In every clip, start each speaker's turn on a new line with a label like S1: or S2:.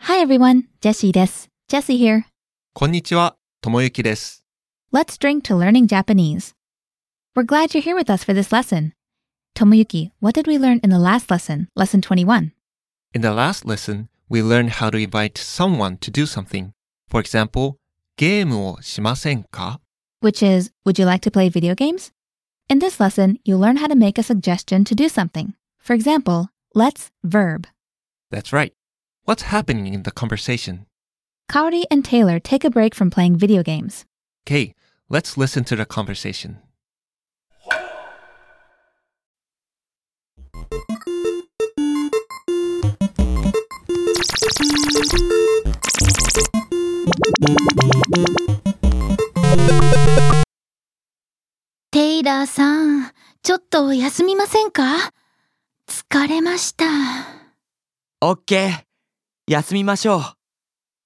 S1: Hi everyone, Jessie です。Jessie here.
S2: こんにちは、ともゆきです。
S1: Let's drink to learning Japanese. We're glad you're here with us for this lesson. Tomoyuki, what did we learn in the last lesson, lesson 21?
S2: In the last lesson, we learned how to invite someone to do something. For example, ゲームをしませんか
S1: Which is, would you like to play video games? In this lesson, you'll learn how to make a suggestion to do something. For example, let's verb.
S2: ?That's right. What's happening in the conversation?
S1: Kaori and Taylor take a break from playing video games.
S2: Okay, let's listen to the conversation.
S3: テイラーさん、ちょっと休みませんか疲れました。
S4: オッケー休みましょう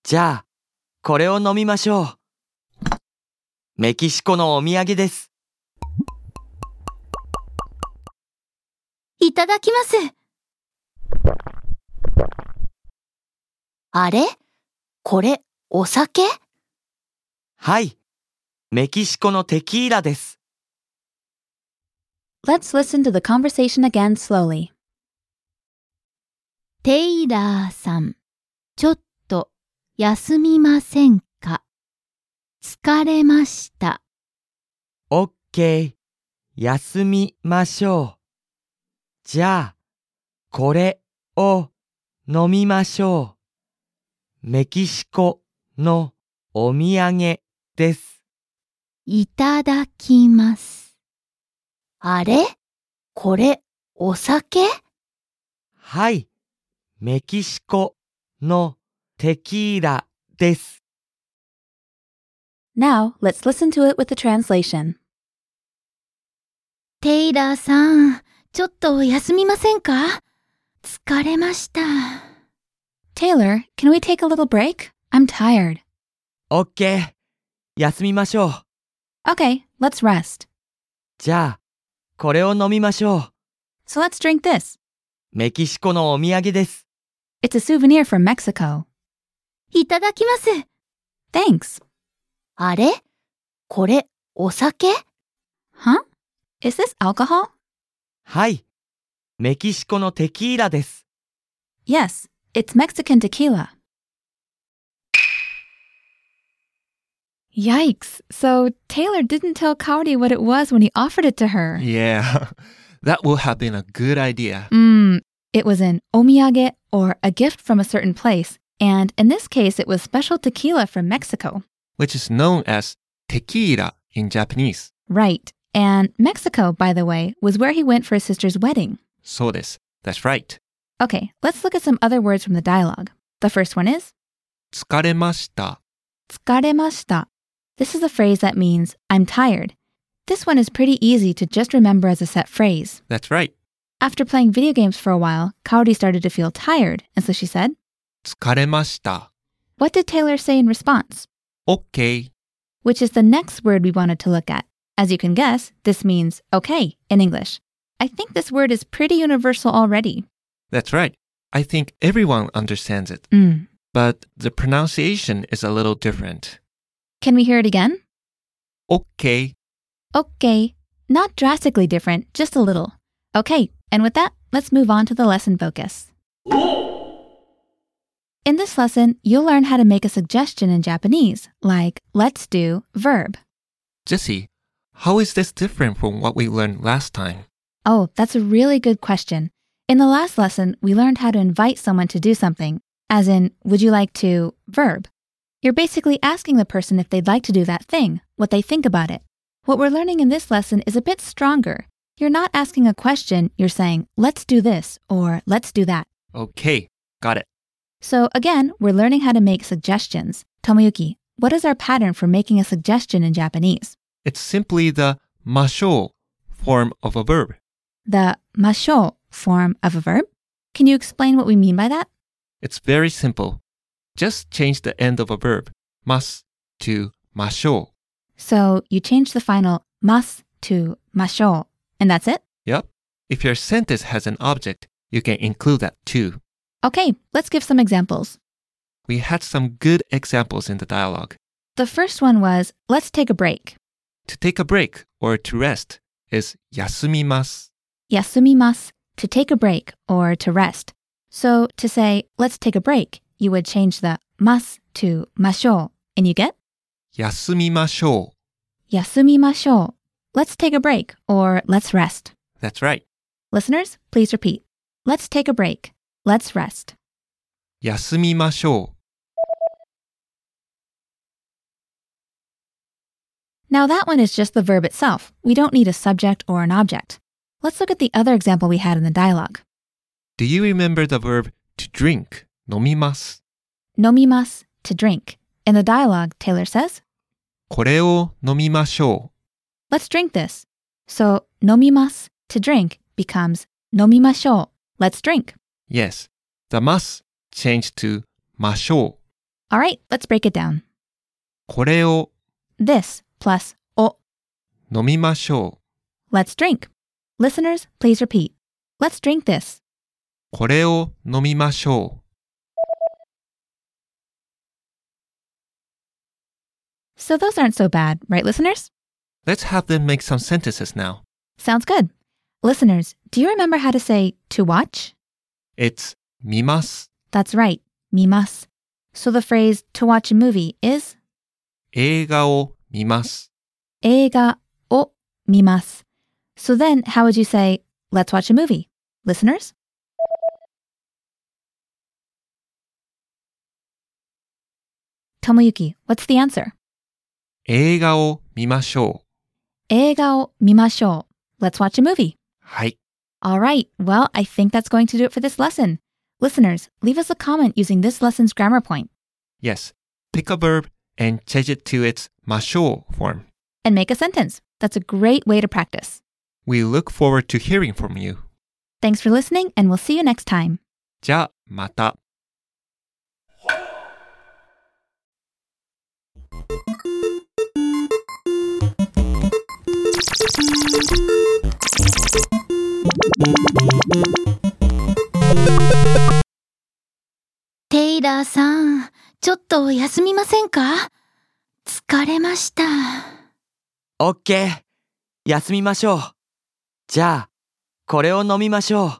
S4: じゃあこれを飲みましょうメキシコのお土産です
S3: いただきます。あれこれ、お酒
S4: はいメキシコのテキーラです
S1: Let's listen to the conversation again slowly.
S3: テイラーさん、ちょっと、休みませんか疲れました。
S4: オッケー休みましょうじゃあこれを飲みましょうメキシコのお土産です
S3: いただきます。あれこれ、お酒
S4: はい。メキシコのテキーラです。
S1: Now, let's listen to it with the translation.
S3: テイラーさん、ちょっと休みませんか疲れました。
S1: Taylor, can we take a little break? I'm tired.
S4: オッケー。休みましょう。
S1: Okay, let's rest.
S4: じゃあ、これを飲みましょう。
S1: So let's drink this.
S4: メキシコのお土産です。
S1: It's a souvenir from Mexico.
S3: いただきます。
S1: Thanks.
S3: あれこれ、お酒
S1: Huh? Is this alcohol?
S4: はい。メキシコのテキーラです。
S1: Yes, it's Mexican tequila. Yikes. So Taylor didn't tell Cowdy what it was when he offered it to her.
S2: Yeah, that will have been a good idea.
S1: Mm, it was an omiyage or a gift from a certain place, and in this case, it was special tequila from Mexico.
S2: which is known as tequila in Japanese.
S1: Right. And Mexico, by the way, was where he went for his sister's wedding.
S2: そうです。That's right.
S1: Okay, let's look at some other words from the dialogue. The first one is
S2: 疲れました。
S1: tsukaremashita. This is a phrase that means I'm tired. This one is pretty easy to just remember as a set phrase.
S2: That's right.
S1: After playing video games for a while, Kaori started to feel tired, and so she said,
S2: 疲れました。
S1: What did Taylor say in response?
S2: OK.
S1: Which is the next word we wanted to look at. As you can guess, this means okay in English. I think this word is pretty universal already.
S2: That's right. I think everyone understands it.
S1: Mm.
S2: But the pronunciation is a little different.
S1: Can we hear it again?
S2: OK.
S1: Okay. Not drastically different, just a little. Okay, and with that, let's move on to the lesson focus. In this lesson, you'll learn how to make a suggestion in Japanese, like let's do verb.
S2: Jesse, how is this different from what we learned last time?
S1: Oh, that's a really good question. In the last lesson, we learned how to invite someone to do something, as in, would you like to verb. You're basically asking the person if they'd like to do that thing, what they think about it. What we're learning in this lesson is a bit stronger. You're not asking a question, you're saying, let's do this or let's do that.
S2: OK. Got it.
S1: So again, we're learning how to make suggestions. Tomoyuki, what is our pattern for making a suggestion in Japanese?
S2: It's simply the ましょう form of a verb.
S1: The masho form of a verb? Can you explain what we mean by that?
S2: It's very simple. Just change the end of a verb, ます to ましょ
S1: So you change the final mas to masho, and that's it?
S2: u Yep. If your sentence has an object, you can include that too.
S1: Okay, let's give some examples.
S2: we had some good examples in the dialogue.
S1: The first one was, let's take a break.
S2: To take a break or to rest is 休みます.
S1: Yasumimas, to take a break or to rest. So to say, let's take a break, you would change the mas to masho, and you get
S2: 休みましょ
S1: yasumimashou. Let's take a break or let's rest.
S2: う. That's right.
S1: Listeners, please repeat. Let's take a break. Let's rest.
S2: 休みましょ
S1: Now that one is just the verb itself. We don't need a subject or an object. Let's look at the other example we had in the dialogue.
S2: う. Do you remember the verb to drink? 飲みます.
S1: Nomimas, to drink. In the dialogue, Taylor says,
S2: これを飲みましょ
S1: let's drink this. So nomimas, to drink, becomes nomimashou, let's drink.
S2: う. Yes. The must changed to ましょ
S1: All right, let's break it down.
S2: う.これを
S1: This plus o,
S2: 飲みましょ
S1: let's drink. Listeners, please repeat. Let's drink this.
S2: う。これを飲みましょ
S1: So those aren't so bad, right, listeners?
S2: う. Let's have them make some sentences now.
S1: Sounds good. Listeners, do you remember how to say to watch?
S2: It's 見ます。
S1: That's right, mimas. So the phrase to watch a movie is
S2: 映画を見ます。
S1: 映画 o mimas. So then, how would you say, let's watch a movie? Listeners? Tomoyuki, what's the answer?
S2: 映画を見ましょう。
S1: 映画 o mimashou. Let's watch a movie.
S2: はい。
S1: All right. Well, I think that's going to do it for this lesson. Listeners, leave us a comment using this lesson's grammar point
S2: Yes. Pick a verb and change it to its ましょう form.
S1: and make a sentence. That's a great way to practice.
S2: We look forward to hearing from you.
S1: Thanks for listening, and we'll see you next time.
S2: じゃあ、また。
S3: テイラーさん、ちょっと休みませんか疲れました。
S4: オッケー休みましょう。じゃあ、これを飲みましょう。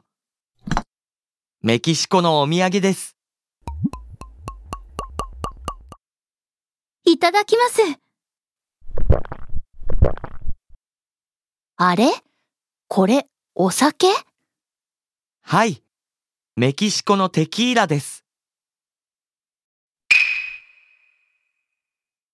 S4: メキシコのお土産です。
S3: いただきます。あれこれ、お酒
S4: はい。メキシコのテキーラです。